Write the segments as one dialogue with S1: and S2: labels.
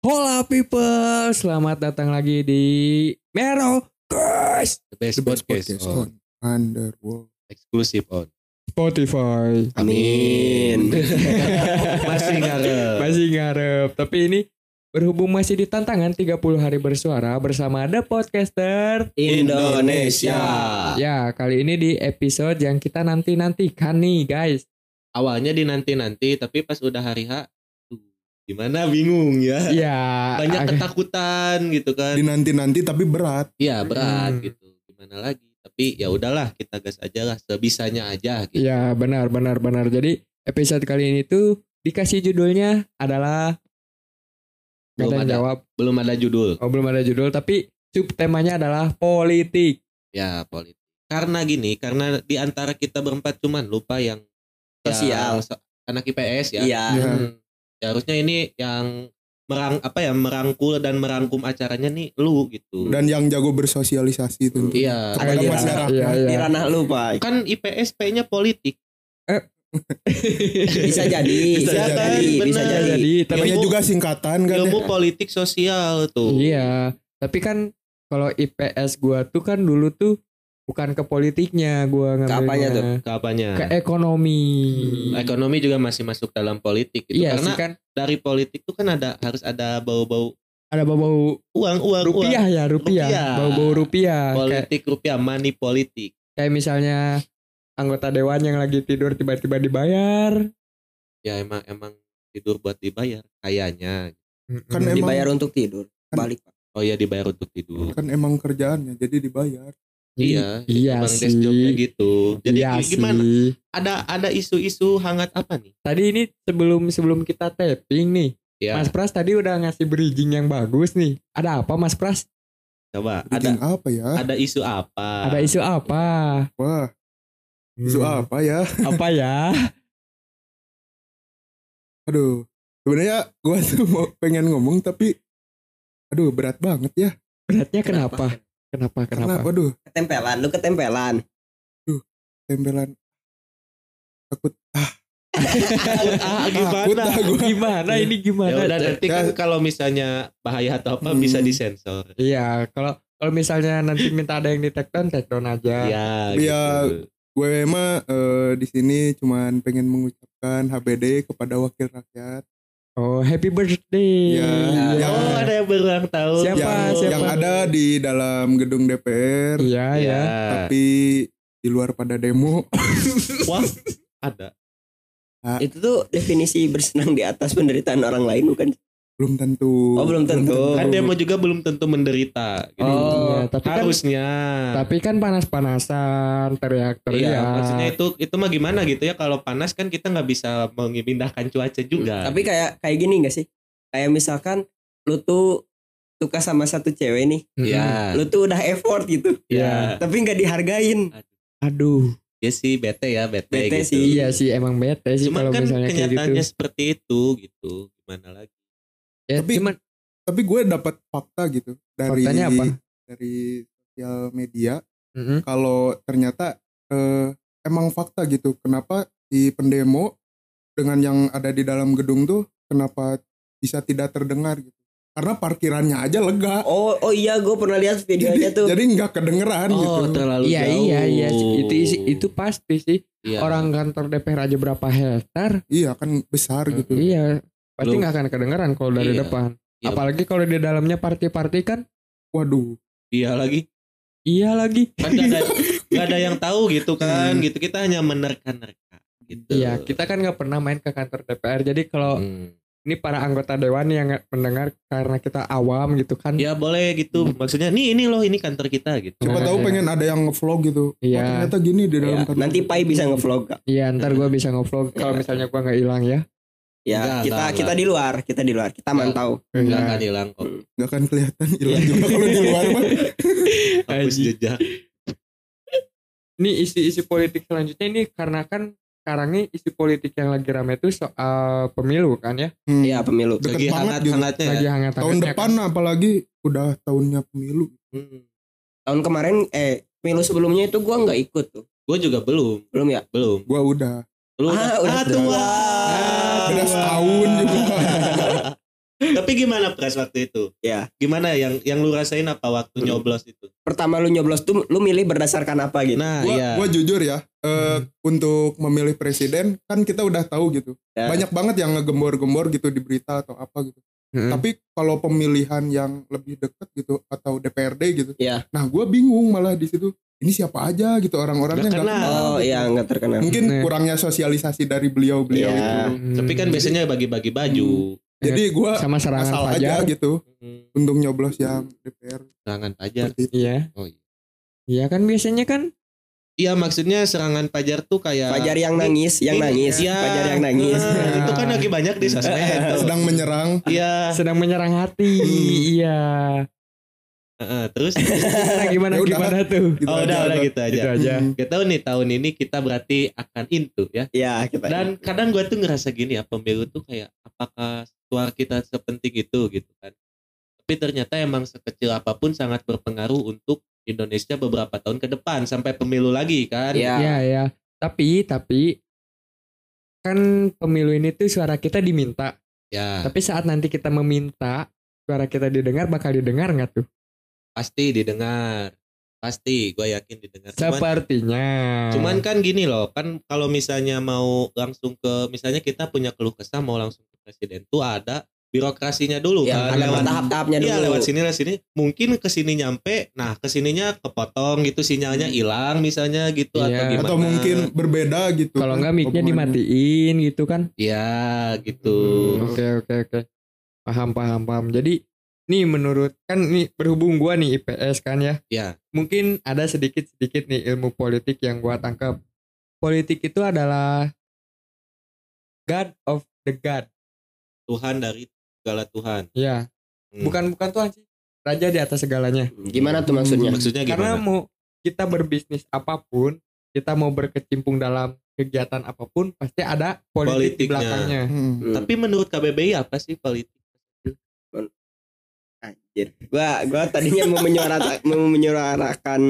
S1: Hola people, selamat datang lagi di Mero Guys
S2: The best,
S3: Sebut
S2: podcast,
S3: podcast
S2: on.
S3: on Underworld.
S2: Eksklusif on.
S1: Spotify.
S2: Amin. Masih ngarep.
S1: Masih ngarep, tapi ini berhubung masih di tantangan 30 hari bersuara bersama The Podcaster.
S2: Indonesia.
S3: Ah.
S1: Ya, kali ini di episode yang kita nanti-nantikan nih, guys.
S2: Awalnya dinanti-nanti, tapi pas udah hari H, tuh, gimana bingung ya.
S1: Ya,
S2: Banyak
S1: agak-
S2: ketakutan gitu kan.
S3: Dinanti-nanti tapi berat.
S2: Iya berat
S1: Hmm.
S2: gitu. Gimana lagi. Tapi ya udahlah kita gas aja lah sebisanya aja gitu.
S1: Ya, benar benar benar. Jadi, episode kali ini tuh dikasih judulnya adalah Gak
S2: Belum
S1: ada yang
S2: ada.
S1: jawab.
S2: Belum ada judul.
S1: Oh, belum ada judul, tapi subtemanya adalah politik.
S2: Ya politik. Karena gini, karena di antara kita berempat cuman lupa yang yang
S4: Sosial.
S2: so- anak IPS ya.
S4: Iya.
S3: Ya.
S2: Hmm. Ya, harusnya ini yang merang apa ya merangkul dan merangkum acaranya nih lu gitu.
S3: Dan yang jago bersosialisasi itu.
S2: iya.
S3: Kepada
S4: Ada di
S3: masyarakat.
S1: Iya,
S4: Di
S1: iya.
S4: ranah lu, Pak.
S2: Kan IPS P-nya politik.
S4: Bisa jadi, bisa
S3: Bisa jadi,
S4: jadi,
S2: bener.
S4: bisa jadi.
S1: Nah, Jadi, tapi
S3: Namanya
S2: Ilmu-
S3: juga singkatan kan ya.
S2: Ilmu politik sosial tuh.
S1: Iya, tapi kan kalau IPS gua tuh kan dulu tuh bukan ke politiknya gua
S4: apanya
S1: ngambilnya.
S4: tuh?
S2: Apanya?
S1: Ke ekonomi.
S2: Ekonomi juga masih masuk dalam politik gitu.
S1: Iya
S2: Hmm, Karena
S1: sih kan
S2: dari politik tuh kan ada harus ada bau-bau
S1: ada bau-bau
S2: uang, uang, uang.
S1: rupiah ya, rupiah.
S2: Rupiah.
S1: Bau-bau rupiah. Kayak,
S2: Politik rupiah, money politik.
S1: kayak misalnya anggota dewan yang lagi tidur tiba-tiba dibayar.
S2: Ya emang emang tidur buat dibayar kayaknya.
S3: Kan
S1: Mm-mm.
S3: emang-
S4: Dibayar untuk tidur. Balik, Pak.
S2: Oh iya dibayar untuk tidur.
S3: Kan emang kerjaannya jadi dibayar.
S2: Iya,
S1: Iya
S2: emang
S1: sih.
S2: desk jobnya gitu. Jadi
S1: Iya
S2: gimana?
S1: sih.
S2: ada ada isu-isu hangat apa nih?
S1: Tadi ini sebelum sebelum kita tapping nih,
S2: Ya,
S1: Mas Pras tadi udah ngasih bridging yang bagus nih. Ada apa Mas Pras?
S2: coba ada
S3: Bikin apa ya?
S2: ada isu apa?
S1: Ada isu apa?
S3: Wah, isu
S1: Hmm.
S3: apa ya?
S1: Apa ya?
S3: Aduh. Sebenarnya gua tuh mau pengen ngomong tapi aduh berat banget ya.
S1: Beratnya kenapa? Kenapa?
S3: Karena
S1: Kenapa?
S3: waduh,
S4: Ketempelan, lu ketempelan.
S3: tempelan takut
S2: Ah,
S3: takut
S2: gimana?
S3: dah gua.
S1: Gimana ini
S2: Ya
S1: gimana?
S2: udah nanti kan
S3: Ya.
S2: kalau misalnya bahaya atau apa
S3: Hmm.
S2: bisa disensor.
S1: Iya, kalau kalau misalnya nanti minta ada yang di take down, take down aja.
S2: Ya,
S3: Iya.
S2: gitu.
S3: Gue mah eh, di sini cuman pengen mengucapkan HBD kepada wakil rakyat.
S1: Oh, happy birthday.
S3: Ya,
S1: Iya.
S3: yang-
S2: Oh, ada yang berulang tahun.
S1: Siapa?
S3: yang,
S1: siapa?
S3: yang ada di dalam gedung DPR
S1: Iya,
S2: Ya.
S1: ya.
S4: Eh.
S3: tapi di luar pada demo
S2: Wah, ada.
S4: Itu tuh definisi bersenang di atas penderitaan orang lain bukan?
S3: belum tentu
S4: Oh, belum tentu.
S2: Kan demo juga belum tentu menderita gitu.
S1: Oh,
S4: Oh,
S1: tapi kan
S2: Harusnya.
S1: tapi kan panas-panasan, teriak-teriak.
S2: Iya, maksudnya itu itu mah gimana gitu ya kalau panas kan kita nggak bisa mengindahkan cuaca juga.
S4: Tapi kayak kayak gini gak sih? Kayak misalkan lu tuh suka sama satu cewek nih,
S1: Mm-mm.
S2: Iya,
S1: Hmm.
S4: lu tuh udah effort gitu,
S2: iya.
S4: tapi nggak dihargain.
S1: Aduh.
S2: Dia sih bete ya, bete, gitu.
S4: Bete sih.
S1: Iya sih emang bete sih
S2: Cuman
S1: kalau
S2: kan
S1: misalnya kayak gitu.
S2: kenyataannya seperti itu gitu. Gimana lagi?
S1: Ya,
S3: Tapi-
S1: cuman
S3: tapi gue dapat fakta gitu dari
S1: Faktanya apa?
S3: dari sosial media
S1: Mm-mm.
S3: kalau ternyata eh, emang fakta gitu kenapa si pendemo dengan yang ada di dalam gedung tuh kenapa bisa tidak terdengar gitu karena parkirannya aja lega
S4: Oh, oh iya, gue pernah lihat videonya tuh.
S3: jadi nggak
S1: Kan
S3: kedengeran
S2: Oh,
S3: gitu
S2: terlalu
S1: Iya
S2: jauh.
S1: iya iya itu isi- itu pasti sih
S2: Iya.
S1: orang kantor DPR aja berapa hektar
S3: iya kan besar gitu
S1: iya pasti
S2: Belum.
S1: nggak akan kedengeran kalau dari
S2: Iya.
S1: depan
S2: Iya.
S1: apalagi kalau di dalamnya party-party kan
S3: waduh
S2: Iya lagi.
S1: iya lagi
S2: Kan gak ada gak ada yang tahu gitu kan.
S1: Hmm.
S2: Gitu kita hanya menerka-nerka gitu.
S1: iya kita kan nggak pernah main ke kantor DPR jadi kalau
S2: Hmm.
S1: ini para anggota dewan yang nggak mendengar karena kita awam gitu kan
S2: Ya boleh gitu. Maksudnya nih ini loh ini kantor kita gitu.
S3: siapa
S1: Nah,
S3: tahu
S1: iya.
S3: pengen ada yang ngevlog gitu Oh,
S1: Iya.
S3: ternyata gini di
S4: Ya,
S3: dalam kantor.
S4: nanti Pai bisa ngevlog Kak.
S1: iya ntar gue bisa ngevlog kalau
S2: Iya.
S1: misalnya gua nggak hilang ya
S4: Ya,
S2: Enggak, enggak,
S4: kita kita
S2: enggak.
S4: di luar, kita di luar, kita mantau.
S2: Gak
S1: Iya.
S2: akan hilang kok.
S3: nggak akan kelihatan
S2: Iya.
S3: hilang juga kalau di luar mah
S2: Hapus
S1: Aji.
S2: jejak.
S1: ini isu-isu politik selanjutnya ini karena kan sekarang nih isu politik yang lagi rame itu soal pemilu kan ya
S3: Hmm.
S4: Iya, pemilu.
S3: Deket
S2: Lagi
S3: banget gitu.
S2: hangat-hangatnya ya.
S1: lagi kan. hangat
S3: tahun depan apalagi udah tahunnya pemilu
S2: Hmm.
S4: tahun kemarin eh pemilu sebelumnya itu gua nggak ikut tuh
S2: Gua juga belum,
S4: belum ya
S2: belum.
S3: gua udah
S2: Lu
S4: Ah, udah tua.
S2: tua.
S3: udah setahun juga
S2: Tapi gimana pres waktu itu?
S4: Ya.
S2: Gimana yang yang lu rasain apa waktu nyoblos itu?
S4: Pertama lu nyoblos tuh lu milih berdasarkan apa gitu.
S2: Nah,
S3: Gua,
S2: iya. Hmm.
S3: gua jujur ya, eh, untuk memilih presiden kan kita udah tahu gitu.
S4: Ya.
S3: Banyak banget yang ngegembor-gembor gitu di berita atau apa gitu.
S2: Hmm.
S1: Mm-mm.
S3: Tapi kalau pemilihan yang lebih deket gitu atau DPRD gitu.
S2: Iya.
S4: Ya.
S3: Nah, gua bingung malah di situ. Ini siapa aja gitu orang-orangnya
S2: Nggak
S3: nggak
S2: kenal.
S3: kenal
S4: oh
S3: gitu.
S4: iya nggak terkenal.
S3: Mungkin
S1: Nih.
S3: kurangnya sosialisasi dari beliau-beliau
S4: Ya.
S3: itu.
S1: Hmm.
S2: Iya. Tapi kan biasanya bagi-bagi baju.
S3: Jadi gua
S1: sama serangan
S3: asal aja
S1: fajar
S3: gitu
S2: Hmm.
S3: untuk nyoblos yang DPR
S2: Serangan pajar.
S3: seperti itu.
S1: iya
S2: Oh iya.
S1: iya kan biasanya kan
S2: Iya, maksudnya serangan pajar tuh kayak
S4: Fajar yang nangis, yang
S2: Ini-
S4: nangis,
S2: Iya.
S4: Fajar yang nangis.
S2: Nah, itu kan lagi banyak di sosmed. tuh.
S3: sedang menyerang
S2: Iya.
S1: sedang menyerang hati iya
S2: Heeh, terus
S1: Nah, gimana
S3: Ya udah.
S1: gimana tuh
S3: gitu
S2: oh, udah
S3: aja.
S2: udah gitu aja.
S1: gitu aja
S3: Hmm.
S2: Gak tahu nih tahun ini kita berarti akan intu ya.
S4: Ya kita.
S2: Dan
S1: kan,
S2: kadang gue tuh ngerasa gini ya pemilu tuh kayak apakah suara kita sepenting itu gitu kan. Tapi ternyata emang sekecil apapun sangat berpengaruh untuk Indonesia beberapa tahun ke depan sampai pemilu lagi kan.
S4: ya.
S1: ya ya tapi tapi kan pemilu ini tuh suara kita diminta
S2: Ya,
S1: tapi saat nanti kita meminta suara kita didengar bakal didengar nggak tuh
S2: pasti didengar. Pasti gue yakin didengar. Cuman,
S1: sepertinya
S2: cuman kan gini loh, kan kalau misalnya mau langsung ke misalnya kita punya keluh kesah mau langsung ke presiden tuh ada birokrasinya dulu
S4: Ya,
S2: kan
S4: ada
S2: lewat
S4: tahap-tahapnya dulu.
S2: Iya lewat sini lewat sini mungkin ke sini nyampe nah ke sininya kepotong gitu sinyalnya hilang misalnya gitu atau
S1: Iya.
S2: gimana
S3: atau mungkin berbeda gitu
S1: kalau
S3: kan
S1: nggak mic-nya
S3: hubungannya.
S1: dimatiin gitu kan
S2: ya gitu
S1: Hmm, Oke oke oke. Paham paham paham. Jadi nih menurut kan nih berhubung gua nih IPS kan ya.
S2: ya
S1: Mungkin ada sedikit-sedikit nih ilmu politik yang gua tangkap. Politik itu adalah God of the God.
S2: Tuhan dari segala Tuhan
S1: Ya,
S2: Hmm.
S1: bukan bukan Tuhan sih. Raja di atas segalanya.
S4: Gimana tuh maksudnya?
S2: maksudnya
S1: Karena mau
S2: gimana
S1: kita berbisnis apapun, kita mau berkecimpung dalam kegiatan apapun pasti ada politik di
S2: Politiknya.
S1: belakangnya.
S3: Hmm.
S4: Hmm.
S2: tapi menurut KBBI apa sih politik
S4: Anjir. Gua gua tadinya mau menyuarakan mau menyuarakan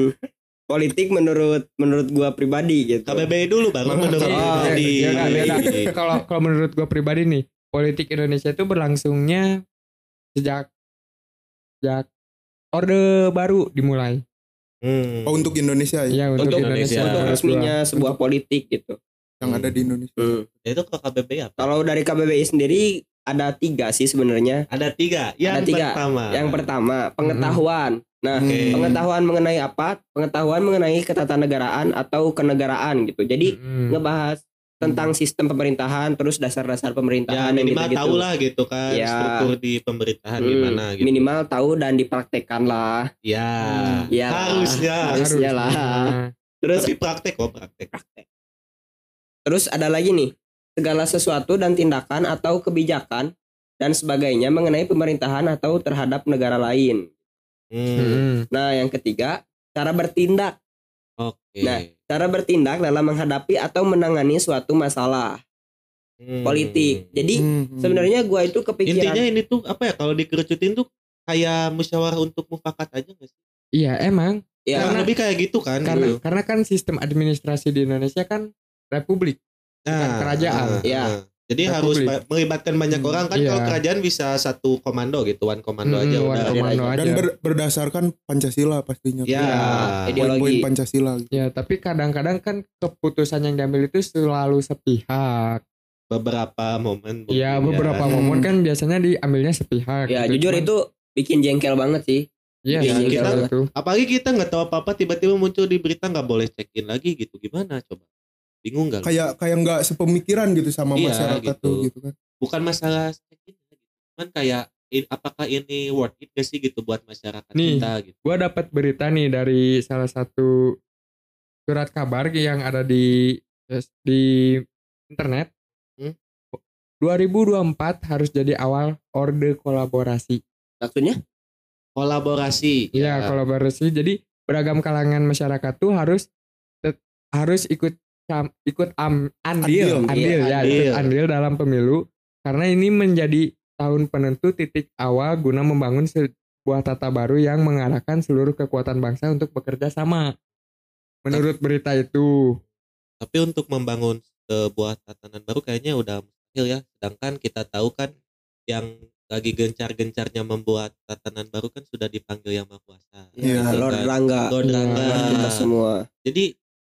S4: politik menurut menurut gua pribadi gitu.
S2: KBBI dulu baru
S3: Malah
S2: menurut
S1: Oh,
S4: KBBI.
S2: KBBI.
S1: beda,
S2: iya.
S1: beda, beda. Kalau kalau menurut gue pribadi nih, politik Indonesia itu berlangsungnya sejak sejak Orde Baru dimulai.
S2: Hmm.
S3: Oh, untuk
S4: Iya.
S3: Indonesia ya,
S1: Ya untuk,
S4: Untuk
S1: Indonesia.
S2: Indonesia.
S4: Untuk
S1: menurut gua.
S4: resminya sebuah politik gitu. Hmm.
S3: yang ada di Indonesia
S2: Ya, itu kalau KBBI apa
S4: Kalau dari KBBI sendiri ada tiga sih sebenarnya.
S2: ada tiga yang
S4: tiga.
S2: pertama
S4: Yang
S2: Mhm.
S4: pertama pengetahuan. Nah,
S3: Hmm.
S2: Oke.
S4: pengetahuan mengenai apa? Pengetahuan mengenai ketatanegaraan atau kenegaraan gitu. Jadi
S1: Mm-mm.
S2: Mhm.
S4: ngebahas tentang sistem pemerintahan, terus dasar-dasar
S2: ya
S4: pemerintahan yang
S2: minimal
S4: gitu-gitu.
S2: tahu lah gitu kan
S4: Ya.
S2: struktur di pemerintahan
S4: Hmm,
S2: gimana gitu
S4: Minimal tahu dan dipraktekkan lah.
S2: ya
S1: Hmm.
S4: Iya.
S2: harusnya
S4: harusnya lah. Terus
S2: tapi praktek kok praktek
S4: terus ada lagi nih segala sesuatu dan tindakan atau kebijakan dan sebagainya mengenai pemerintahan atau terhadap negara lain.
S2: Hmm.
S1: Mm-mm.
S4: Nah, yang ketiga, cara bertindak.
S2: Oke.
S4: Nah, Cara bertindak dalam menghadapi atau menangani suatu masalah
S2: Hmm.
S4: politik. Jadi
S3: Hmm.
S4: sebenarnya gua itu kepikiran
S2: intinya ini tuh apa ya kalau dikerucutin tuh kayak musyawarah untuk mufakat aja nggak sih?
S1: Iya emang
S4: ya
S2: Kurang
S1: Karena-
S2: lebih kayak gitu kan.
S1: karena
S2: dulu.
S1: karena kan sistem administrasi di Indonesia kan republik. bukan kerajaan.
S4: Iya.
S2: nah. Jadi
S1: Republik.
S2: harus ba- melibatkan banyak
S3: Hmm,
S2: orang kan
S1: iya.
S2: kalau kerajaan bisa satu komando gitu, one komando
S1: Mm-mm,
S2: aja
S1: one
S2: udah.
S1: komando
S3: dan
S1: aja.
S3: ber- berdasarkan Pancasila pastinya Iya.
S2: Ya.
S4: Jadi-
S3: poin-poin
S4: Ah, Ideologi.
S3: Pancasila gitu.
S1: Ya tapi kadang-kadang kan keputusan yang diambil itu selalu sepihak.
S2: Beberapa momen. mungkin
S1: Ya beberapa
S3: Hmm.
S1: momen kan biasanya diambilnya sepihak.
S4: ya
S1: gitu.
S4: jujur
S1: Cuman-
S4: itu bikin jengkel banget sih.
S1: Iya
S2: Iya,
S1: sih,
S2: kita-
S1: kalau itu.
S2: Apalagi kita nggak tahu apa-apa tiba-tiba muncul di berita nggak boleh check in lagi gitu. Gimana coba? Bingung nggak? lu?
S3: kayak kayak nggak sepemikiran gitu sama
S2: Iya,
S3: masyarakat
S2: gitu.
S3: tuh gitu kan
S2: Bukan masalah check in gitu. Cuman kayak i- apakah ini worth it gak sih gitu buat masyarakat
S1: Nih.
S2: kita gitu.
S1: gue dapat berita nih dari salah satu surat kabar yang ada di di internet.
S2: Hmm?
S1: 2024 harus jadi awal orde kolaborasi.
S4: Maksudnya
S2: Kolaborasi. Ya,
S1: Iya, kolaborasi. Jadi beragam kalangan masyarakat tuh harus tet- harus ikut sam- ikut am, andil,
S3: Andil.
S1: andil,
S4: Iya,
S1: ya, ikut
S2: andil.
S1: andil dalam pemilu karena ini menjadi tahun penentu titik awal guna membangun sebuah tata baru yang mengarahkan seluruh kekuatan bangsa untuk bekerja sama. Menurut berita itu,
S2: tapi untuk membangun sebuah tatanan baru kayaknya udah mustahil ya sedangkan kita tahu kan yang lagi gencar-gencarnya membuat tatanan baru kan sudah dipanggil yang maha kuasa.
S3: Iya,
S4: Ya, Lord
S2: kan?
S4: Rangga.
S2: Lord
S1: Iya,
S2: Rangga.
S4: Lord kita semua.
S2: Jadi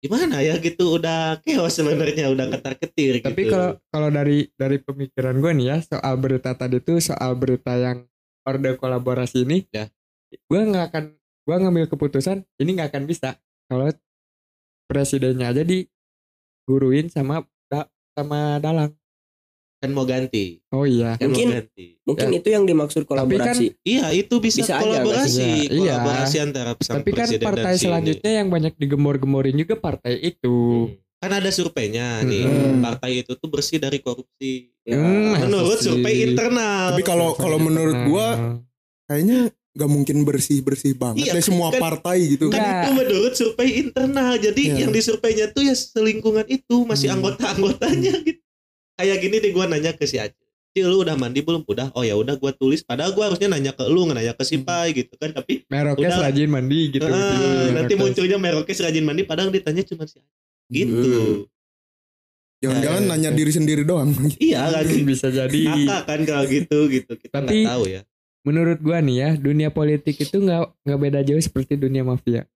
S2: gimana ya gitu udah chaos sebenarnya
S4: Iya.
S2: udah ketar-ketir
S1: Tapi
S2: gitu.
S1: kalau kalau dari dari pemikiran gue nih ya soal berita tadi tuh soal berita yang orde kolaborasi ini,
S2: Ya.
S1: gue nggak akan gue ngambil keputusan ini nggak akan bisa kalau presidennya aja diguruin sama da- sama dalang.
S2: kan mau ganti,
S1: Oh iya.
S2: kan
S4: Mungkin-
S2: mau ganti.
S4: Mungkin itu yang dimaksud kolaborasi.
S2: Iya, itu bisa,
S4: Bisa aja
S2: kolaborasi,
S1: nggak sih? Iya.
S2: kolaborasi antara sang
S1: Tapi kan
S2: presiden dan
S1: partai
S2: si ini.
S1: selanjutnya yang banyak digembor-gemborin juga partai itu.
S2: Hmm. Kan ada surveinya nih,
S4: Hmm.
S1: Mm-mm.
S2: partai itu tuh bersih dari korupsi.
S4: Ya.
S1: Hmm, masa
S2: Menurut
S1: sih?
S2: survei internal.
S3: Tapi kalau
S4: Iya,
S3: kalau menurut
S1: Nah,
S3: gua kayaknya nggak mungkin bersih bersih banget
S2: Iya,
S3: deh semua
S2: kan-
S3: partai gitu.
S2: Kan
S1: Enggak.
S2: itu menurut survei internal. Jadi
S3: Iya.
S2: yang disurveinya tuh ya selingkungan itu masih
S1: Hmm.
S2: anggota-anggotanya gitu. Kayak gini deh gua nanya ke si Acil. Cil lu udah mandi belum? Udah. Oh ya udah gua tulis. Padahal gua harusnya nanya ke lu, nggak nanya ke si
S3: Hmm.
S2: Pai gitu kan. Tapi
S1: merokes
S2: Udah.
S1: rajin mandi gitu.
S2: eh,
S1: gitu,
S2: nanti
S1: merokes.
S2: munculnya Merokes rajin mandi padahal yang ditanya cuma si Acil. Gitu.
S3: Hmm. Jangan-jangan
S1: Ya, ya,
S3: nanya
S1: ya.
S3: diri sendiri doang.
S2: Iya lagi
S1: bisa jadi.
S2: Kakak kan kalau gitu gitu kita nggak
S1: Tapi-
S2: tahu ya.
S1: Menurut gua nih ya, dunia politik itu nggak nggak beda jauh seperti dunia mafia.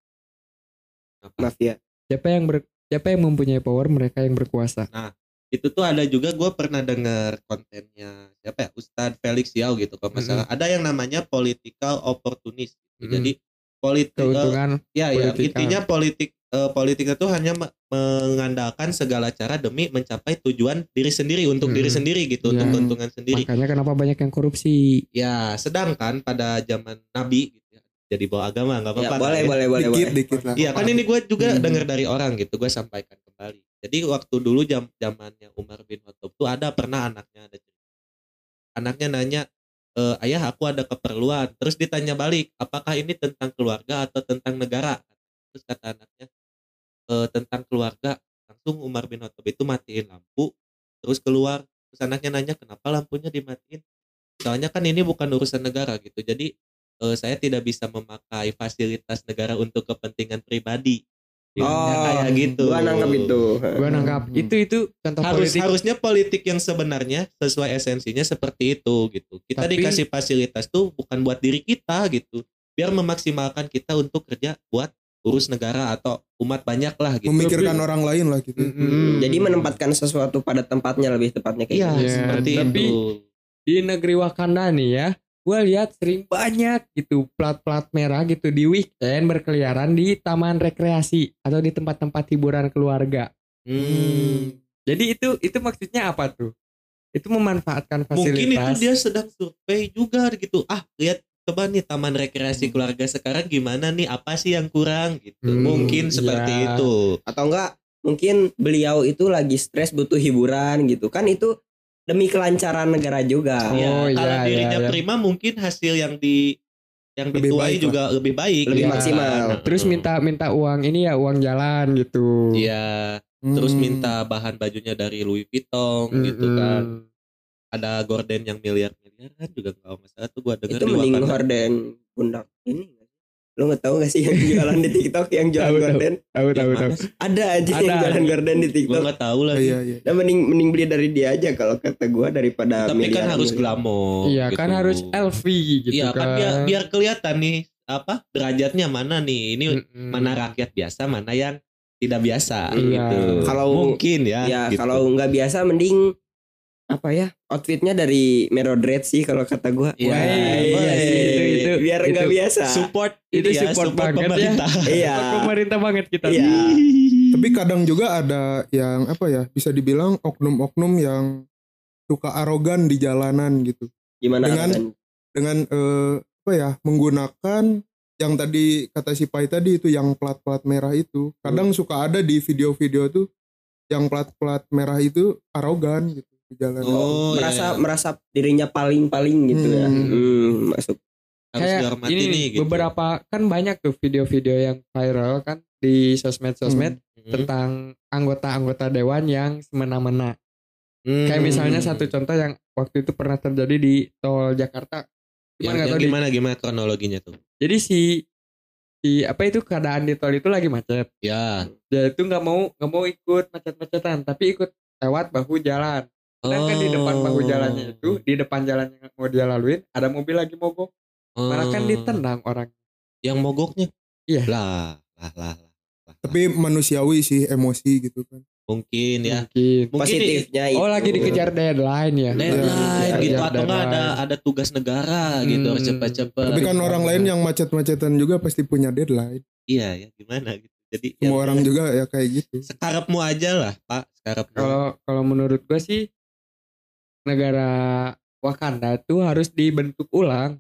S4: Mafia.
S1: Siapa yang ber, siapa yang mempunyai power mereka yang berkuasa.
S2: itu tuh ada juga gue pernah dengar kontennya siapa ya Ustadz Felix Yao gitu kalau nggak salah ada yang namanya political opportunist gitu.
S1: Mm-mm.
S2: jadi political
S1: Keuntungan ah.
S2: ya ya
S1: political.
S2: intinya politik eh, politik itu hanya me- mengandalkan segala cara demi mencapai tujuan diri sendiri untuk diri
S1: Mm-mm.
S2: sendiri gitu
S1: Ya.
S2: untuk keuntungan sendiri
S1: makanya kenapa banyak yang korupsi.
S2: ya sedangkan pada zaman Nabi gitu ya jadi bawa agama nggak
S4: Ya,
S2: apa-apa
S4: boleh,
S2: kan,
S4: boleh, boleh,
S3: dikit
S4: boleh.
S3: dikit lah.
S2: Iya kan ini gue juga
S3: Nah, Hmm.
S2: dengar dari orang gitu gue sampaikan kembali. Jadi waktu dulu jam zamannya Umar bin Khattab tuh ada pernah anaknya ada cerita. anaknya nanya "Eh, ayah aku ada keperluan terus ditanya balik apakah ini tentang keluarga atau tentang negara terus kata anaknya "Eh, tentang keluarga langsung Umar bin Khattab itu matiin lampu terus keluar terus anaknya nanya kenapa lampunya dimatiin soalnya kan ini bukan urusan negara gitu jadi eh, saya tidak bisa memakai fasilitas negara untuk kepentingan pribadi
S1: Oh,
S2: Ya, kayak gitu
S4: Gua nangkep itu.
S1: Gua nangkap
S3: Hmm.
S1: itu itu contoh
S2: harus
S1: politik.
S2: harusnya politik yang sebenarnya sesuai esensinya seperti itu gitu kita
S1: Tapi-
S2: dikasih fasilitas tuh bukan buat diri kita gitu biar memaksimalkan kita untuk kerja buat urus negara atau umat banyak lah gitu Hmm.
S3: Memikirkan orang lain lah gitu.
S1: Mm-mm.
S4: Jadi menempatkan sesuatu pada tempatnya lebih tepatnya kayak
S2: iya
S4: gitu.
S1: Iya,
S2: seperti
S1: tapi-
S2: itu
S1: di negeri Wakanda nih ya. Gua lihat sering banyak gitu plat-plat merah gitu di weekend berkeliaran di taman rekreasi atau di tempat-tempat hiburan keluarga.
S2: Hmm.
S1: Jadi itu itu maksudnya apa tuh? Itu memanfaatkan
S2: mungkin
S1: fasilitas.
S2: itu dia sedang survei juga gitu ah lihat coba nih taman rekreasi keluarga sekarang gimana nih apa sih yang kurang gitu
S1: Hmm,
S2: mungkin seperti
S1: iya.
S2: itu
S4: Atau enggak mungkin beliau itu lagi stres butuh hiburan gitu. Kan itu demi kelancaran negara juga.
S1: Oh, iya,
S2: Ya, kalau
S1: iya,
S2: dirinya
S1: iya.
S2: prima mungkin hasil yang di yang
S3: Lebih
S2: dituai
S3: baik lah.
S2: juga lebih baik
S4: Lebih
S2: gitu.
S4: maksimal.
S2: Nah,
S1: Terus minta minta uang ini ya uang jalan gitu.
S2: iya terus
S3: Hmm.
S2: minta bahan bajunya dari Louis Vuitton
S1: Mm-mm.
S2: gitu kan ada gorden yang miliar miliaran juga kalau nggak salah tuh gua dengar
S4: itu
S2: di
S4: mending
S2: Wakanda.
S4: gorden pundak ini. Lo nggak tahu gak sih yang jualan di TikTok yang jualan
S1: Tahu, tahu.
S4: gorden?
S1: Tahu
S2: Yang
S1: tahu
S2: mana
S1: tahu.
S4: Ada aja yang
S1: Ada.
S4: jualan gorden di
S2: gua
S4: TikTok.
S2: nggak tahu lah
S3: Iya iya.
S4: Nah, mending mending beli dari dia aja kalau kata gua daripada
S2: tapi kan
S4: miliaran
S2: harus
S4: gitu.
S2: glamor
S1: Iya
S2: gitu.
S1: kan harus LV gitu
S2: Iya kan,
S1: kan.
S2: biar biar kelihatan nih apa derajatnya mana nih ini
S1: Mm-mm.
S2: mana rakyat biasa mana yang tidak biasa
S1: Iya.
S2: gitu.
S4: Kalau-
S2: mungkin ya,
S4: Ya
S2: gitu.
S4: kalau nggak biasa mending apa ya outfitnya dari Merodred sih kalau kata gua.
S2: Iya,
S4: Wah, iya.
S2: boleh sih.
S1: Itu- itu-
S4: biar nggak
S1: itu.
S4: biasa.
S2: support
S1: Itu
S2: ini ya,
S1: support banget ya.
S2: pemerintah.
S4: Iya.
S1: Support pemerintah banget kita.
S4: Iya.
S3: Tapi kadang juga ada yang apa ya bisa dibilang oknum-oknum yang suka arogan di jalanan gitu.
S4: Gimana?
S3: Dengan-
S4: Arman?
S3: Dengan eh, apa ya menggunakan yang tadi kata si Pai tadi itu yang plat-plat merah itu. Kadang suka ada di video-video tuh yang plat-plat merah itu arogan gitu di jalanan.
S2: Oh,
S4: merasa
S2: merasa
S4: merasa dirinya paling-paling gitu ya.
S3: Hmm.
S4: Hmm, masuk.
S2: harus dihormati
S1: ini
S2: nih gitu.
S1: beberapa kan banyak tuh video-video yang viral kan di sosmed-sosmed
S2: Hmm.
S1: tentang anggota-anggota dewan yang semena-mena.
S2: Hmm.
S1: Kayak misalnya satu contoh yang waktu itu pernah terjadi di tol Jakarta. Cuman
S2: Yang-
S1: nggak
S2: Iya, yang
S1: tahu di
S2: gimana gimana kronologinya tuh.
S1: Jadi si si apa itu keadaan di tol itu lagi macet.
S2: Ya.
S1: Dia itu nggak mau nggak mau ikut macet-macetan, tapi ikut lewat bahu jalan. Sedangkan kan di depan bahu jalannya itu, di depan jalan yang mau dia laluin, ada mobil lagi mogok. Malah kan ditendang orang.
S2: Oh. yang mogoknya.
S1: Iya.
S2: Lah, lah, lah, lah, lah.
S3: tapi manusiawi sih emosi gitu kan
S2: mungkin ya.
S1: Mungkin.
S2: Mungkin di-
S4: Positifnya itu.
S1: Oh lagi dikejar deadline ya.
S2: deadline
S1: Iya,
S2: gitu
S1: iya,
S2: atau enggak ada
S1: deadline. ada
S2: ada tugas negara gitu harus
S1: Hmm.
S2: cepet-cepet.
S3: tapi kan
S1: Iya.
S3: orang lain yang macet-macetan juga pasti punya deadline
S2: Iya ya gimana gitu. Jadi ya,
S3: semua orang juga ya kayak gitu
S2: sekarapmu aja lah Pak, sekarapmu.
S1: Kalau kalau menurut gue sih negara Wakanda itu harus dibentuk ulang.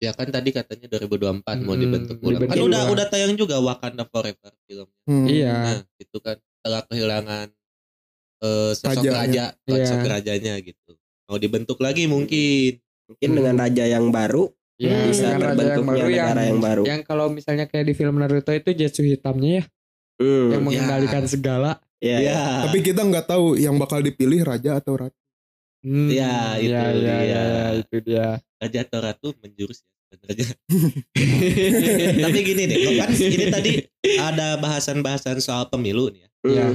S2: Ya kan tadi katanya 2024 mau
S1: Hmm,
S2: dibentuk ulang. Kan
S1: dibentuk
S2: udah
S1: ulang.
S2: udah tayang juga Wakanda Forever filmnya.
S3: Hmm.
S1: Iya.
S2: Nah, itu kan setelah kehilangan eh sosok
S3: Rajanya.
S2: raja,
S1: Iya.
S2: sosok rajanya gitu. Mau dibentuk lagi mungkin.
S4: Mungkin dengan raja yang baru
S1: Ya,
S4: Iya,
S1: Hmm.
S4: bisa
S1: dengan raja yang
S4: terbentuknya
S1: baru yang
S4: negara yang baru.
S1: yang kalau misalnya kayak di film Naruto itu Jetsu hitamnya ya
S4: Hmm,
S1: yang ya,
S2: ya.
S1: mengendalikan segala.
S4: iya.
S2: Iya.
S3: tapi kita nggak tahu yang bakal dipilih raja atau ratu
S1: Hmm,
S2: Iya, itu
S1: ya, ya,
S2: dia.
S1: ya, ya, itu dia.
S2: Raja atau Ratu menjurus ya sebenarnya. Tapi gini deh, kan ini tadi ada bahasan-bahasan soal pemilu nih ya.
S4: Hmm.
S1: Iya.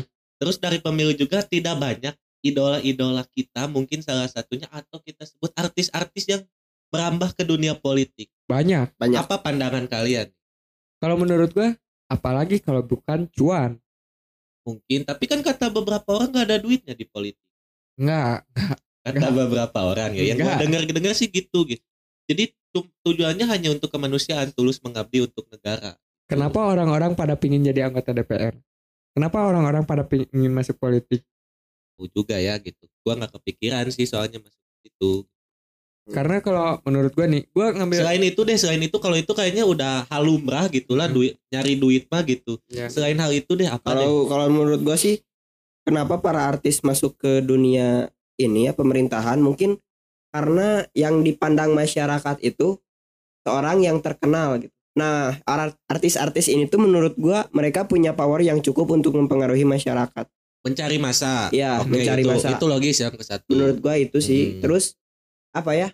S2: Terus dari pemilu juga tidak banyak idola-idola kita mungkin salah satunya atau kita sebut artis-artis yang merambah ke dunia politik.
S1: Banyak.
S4: Banyak.
S2: Apa pandangan kalian?
S1: Kalau menurut gue apalagi kalau bukan cuan.
S2: Mungkin, tapi kan kata beberapa orang nggak ada duitnya di politik.
S1: Enggak,
S2: Kata beberapa orang ya, yang
S1: Nggak.
S2: gue dengar-dengar sih gitu gitu. Jadi tu- tujuannya hanya untuk kemanusiaan, tulus mengabdi untuk negara.
S1: kenapa orang-orang pada pingin jadi anggota DPR? Kenapa orang-orang pada pingin masuk politik?
S2: Aku juga ya gitu. Gua nggak kepikiran sih soalnya masuk itu.
S1: Karena kalau menurut gue nih, gue ngambil
S2: Selain itu deh, selain itu kalau itu kayaknya udah halumrah gitu
S4: Hmm.
S2: lah, duit nyari duit mah gitu.
S1: Iya.
S2: Selain hal itu deh apa deh?
S4: Kalau kalau menurut gue sih kenapa para artis masuk ke dunia ini ya pemerintahan mungkin karena yang dipandang masyarakat itu seorang yang terkenal gitu. Nah, ar- artis-artis ini tuh menurut gua mereka punya power yang cukup untuk mempengaruhi masyarakat.
S2: mencari masa.
S4: Iya,
S2: Oke,
S4: mencari
S2: itu,
S4: masa.
S2: Itu logis yang ke satu.
S4: Menurut gua itu sih.
S2: Hmm.
S4: Terus apa ya?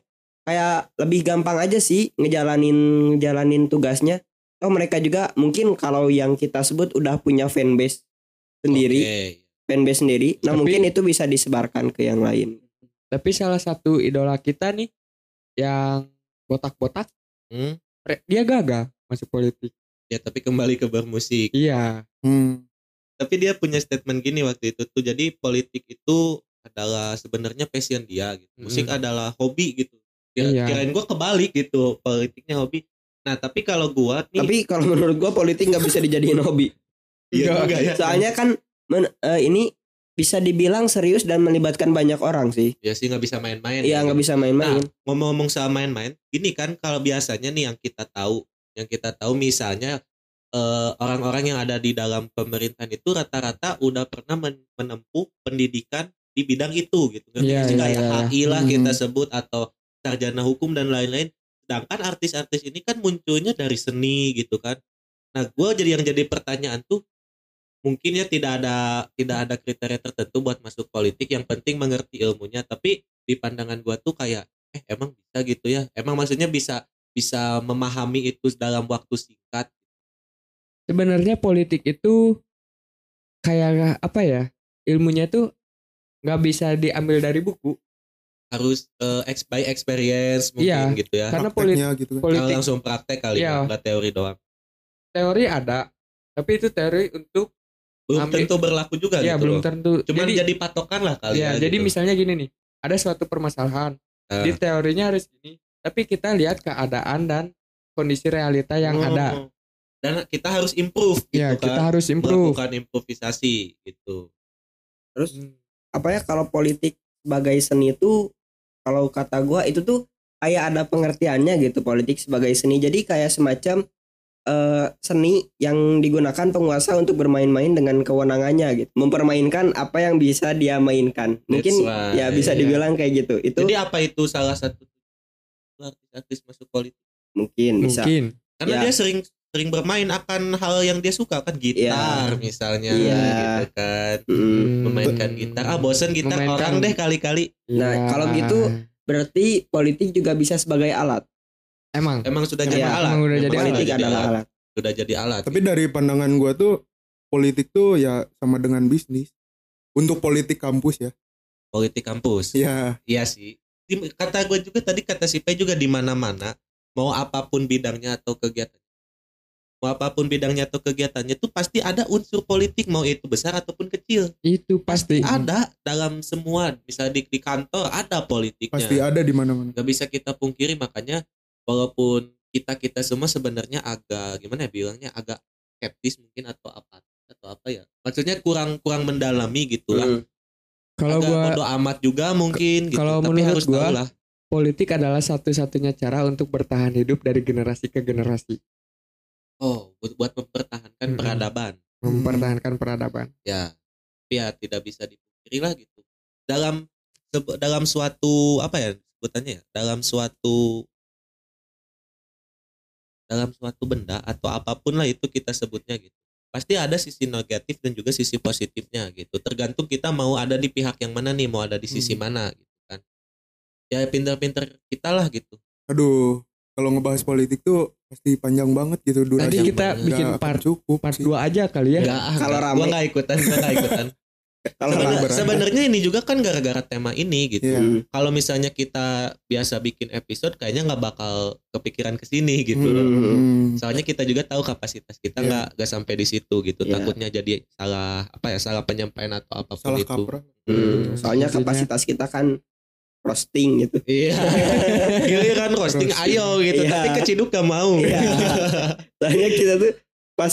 S4: Kayak lebih gampang aja sih ngejalanin ngejalanin tugasnya. Oh, mereka juga mungkin kalau yang kita sebut udah punya fanbase sendiri.
S2: Oke.
S4: fanbase sendiri. Nah
S1: Tapi-
S4: mungkin itu bisa disebarkan ke yang lain.
S1: Tapi salah satu idola kita nih yang botak-botak,
S2: Hmm.
S1: re- dia gagal masuk politik.
S2: Ya tapi kembali ke bermusik.
S1: Iya,
S3: Hmm.
S2: Tapi dia punya statement gini waktu itu tuh. Jadi politik itu adalah sebenarnya passion dia gitu.
S4: Hmm.
S2: Musik
S1: Mm.
S2: adalah hobi gitu. Kira-
S1: Iya.
S2: Kirain gua kebalik gitu. Politiknya hobi. Nah, tapi kalau gua nih
S4: Tapi kalau menurut gua politik nggak bisa dijadiin hobi.
S2: Iya juga ya.
S4: Soalnya kan men- eh, ini bisa dibilang serius dan melibatkan banyak orang sih.
S2: ya sih nggak bisa main-main. ya.
S4: Iya nggak bisa main-main.
S2: ngomong-ngomong soal main-main, gini kan kalau biasanya nih yang kita tahu, yang kita tahu misalnya eh, orang-orang yang ada di dalam pemerintahan itu rata-rata udah pernah men- menempuh pendidikan di bidang itu gitu. Ngerti
S1: Iya,
S2: nggak sih
S1: iya,
S2: kayak
S1: iya.
S2: HI lah
S3: Hmm.
S2: kita sebut atau sarjana hukum dan lain-lain. Sedangkan artis-artis ini kan munculnya dari seni gitu kan. Nah, gue jadi yang jadi pertanyaan tuh mungkin ya tidak ada tidak ada kriteria tertentu buat masuk politik yang penting mengerti ilmunya tapi di pandangan gua tuh kayak eh emang bisa gitu ya emang maksudnya bisa bisa memahami itu dalam waktu singkat
S1: sebenarnya politik itu kayak apa ya? Ilmunya tuh nggak bisa diambil dari buku
S2: harus eh, ex by experience mungkin
S1: Iya,
S2: gitu ya
S1: karena politik
S3: Prakteknya gitu kan
S2: Kalau
S1: politik
S2: langsung praktek kali
S1: Iya.
S2: ya nggak teori doang
S1: teori ada, tapi itu teori untuk
S2: belum
S1: Ambil-
S2: tentu berlaku juga
S1: ya
S2: gitu
S1: belum
S2: loh.
S1: tentu.
S2: cuman
S1: jadi
S2: jadi, patokan lah kali
S1: ya,
S2: ya,
S1: jadi
S2: gitu.
S1: misalnya gini nih, ada suatu permasalahan.
S2: Ah.
S1: Di teorinya harus gini, tapi kita lihat keadaan dan kondisi realita yang
S2: Oh.
S1: ada.
S2: dan kita harus improve gitu
S1: Ya,
S2: kan
S1: kita harus improve. Hmm,
S2: melakukan improvisasi gitu
S4: Terus apa ya kalau politik sebagai seni itu kalau kata gua itu tuh kayak ada pengertiannya gitu politik sebagai seni. Jadi kayak semacam eh, seni yang digunakan penguasa untuk bermain-main dengan kewenangannya gitu. Mempermainkan apa yang bisa dia mainkan. Mungkin
S2: That's why,
S4: ya
S2: iya.
S4: bisa dibilang kayak gitu. Itu
S2: Jadi apa itu salah satu artis-artis masuk politik?
S4: mungkin bisa.
S1: Mungkin. Iya.
S2: Karena
S4: Ya.
S2: dia sering sering bermain akan hal yang dia suka kan gitar misalnya
S4: Iya.
S2: gitu kan.
S4: Mm.
S2: Memainkan gitar. Ah bosen gitar
S1: Hmm. Memainkan.
S2: orang deh kali-kali.
S4: Nah,
S1: Ya.
S4: kalau gitu- Berarti politik juga bisa sebagai alat.
S1: emang
S2: Emang sudah jadi
S4: Iya,
S2: alat.
S1: emang udah
S2: Memang
S1: jadi
S2: sudah
S4: politik adalah
S2: alat.
S4: alat.
S2: Sudah jadi alat.
S3: tapi dari pandangan gua tuh politik tuh ya sama dengan bisnis untuk politik kampus ya
S2: politik kampus
S3: ya
S2: Iya sih. Di- kata gue juga tadi kata si Pe juga di mana-mana mau apapun bidangnya atau kegiatan mau apapun bidangnya atau kegiatannya tuh pasti ada unsur politik mau itu besar ataupun kecil
S1: itu pasti
S2: ada dalam semua misalnya di, di kantor ada politiknya
S3: pasti
S1: Ya.
S3: ada di mana-mana
S2: nggak bisa kita pungkiri makanya walaupun kita kita semua sebenarnya agak gimana ya bilangnya agak skeptis mungkin atau apa atau apa ya maksudnya kurang kurang mendalami gitu lah
S1: kalau
S2: agak
S1: gua
S2: bodo amat juga mungkin gitu
S1: kalau
S2: tapi
S1: menurut
S2: harus
S1: gua,
S2: tahu lah
S1: politik adalah satu-satunya cara untuk bertahan hidup dari generasi ke generasi
S2: Oh, buat, buat mempertahankan
S1: Mm-mm.
S2: peradaban.
S1: mempertahankan peradaban
S2: Ya. Tapi ya tidak bisa dipungkiri lah gitu. Dalam sebe- dalam suatu apa ya sebutannya ya? Dalam suatu dalam suatu benda atau apapun lah itu kita sebutnya gitu. Pasti ada sisi negatif dan juga sisi positifnya gitu. Tergantung kita mau ada di pihak yang mana nih, mau ada di sisi mana gitu kan. Ya pinter-pinter kita lah gitu.
S3: aduh kalau ngebahas politik tuh pasti panjang banget gitu
S1: tadi
S3: durasi
S1: kita
S2: banget.
S1: bikin part
S3: cukup
S1: part
S3: sih.
S1: 2 aja kali ya
S2: Enggak, ah,
S4: Kalau
S2: enggak. gua
S4: rame.
S2: enggak ikutan, gua enggak ikutan.
S4: Kalau
S2: Sebenar-
S3: Berat.
S2: sebenarnya ini juga kan gara-gara tema ini gitu.
S3: Iya.
S4: Hmm.
S2: Kalau misalnya kita biasa bikin episode, kayaknya nggak bakal kepikiran ke sini gitu. loh.
S3: Hmm.
S2: Soalnya kita juga tahu kapasitas kita
S3: Iya.
S2: nggak nggak sampai di situ gitu.
S4: Iya.
S2: Takutnya jadi salah apa ya salah penyampaian atau apapun
S3: salah
S2: itu.
S3: kaprah
S4: Hmm, soalnya
S1: Intinya-
S4: kapasitas kita kan roasting gitu.
S2: Iya. Giliran roasting
S3: Roasting.
S2: ayo gitu,
S4: Iya.
S2: tapi keciduk gak mau.
S4: Iya. Soalnya kita tuh pas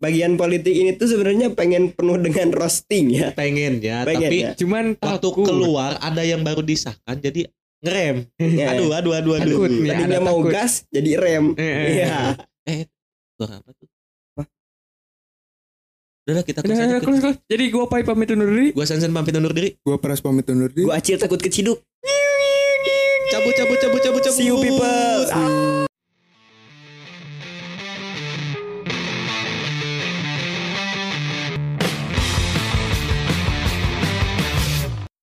S4: bagian politik ini tuh sebenarnya pengen penuh dengan roasting ya.
S2: Pengen ya,
S4: Pengen
S2: tapi
S4: ya.
S1: cuman
S2: waktu
S1: takut.
S2: keluar ada yang baru disahkan jadi ngerem.
S4: Iya.
S2: Aduh, aduh, aduh, aduh.
S1: Takut nih, ada
S4: Tadinya mau
S1: takut.
S4: gas jadi rem.
S1: Eh, eh, eh.
S4: Iya.
S2: Eh, suara apa tuh? Udah lah, kita
S1: Udah,
S2: close aja.
S1: udah, close, close. iya. jadi gua pai pamit undur diri
S2: Gua Sansan pamit undur diri.
S3: gua peras pamit undur diri
S4: Gua acil takut keciduk.
S2: Cabut cabut cabut cabut cabut.
S4: See you people. Ah.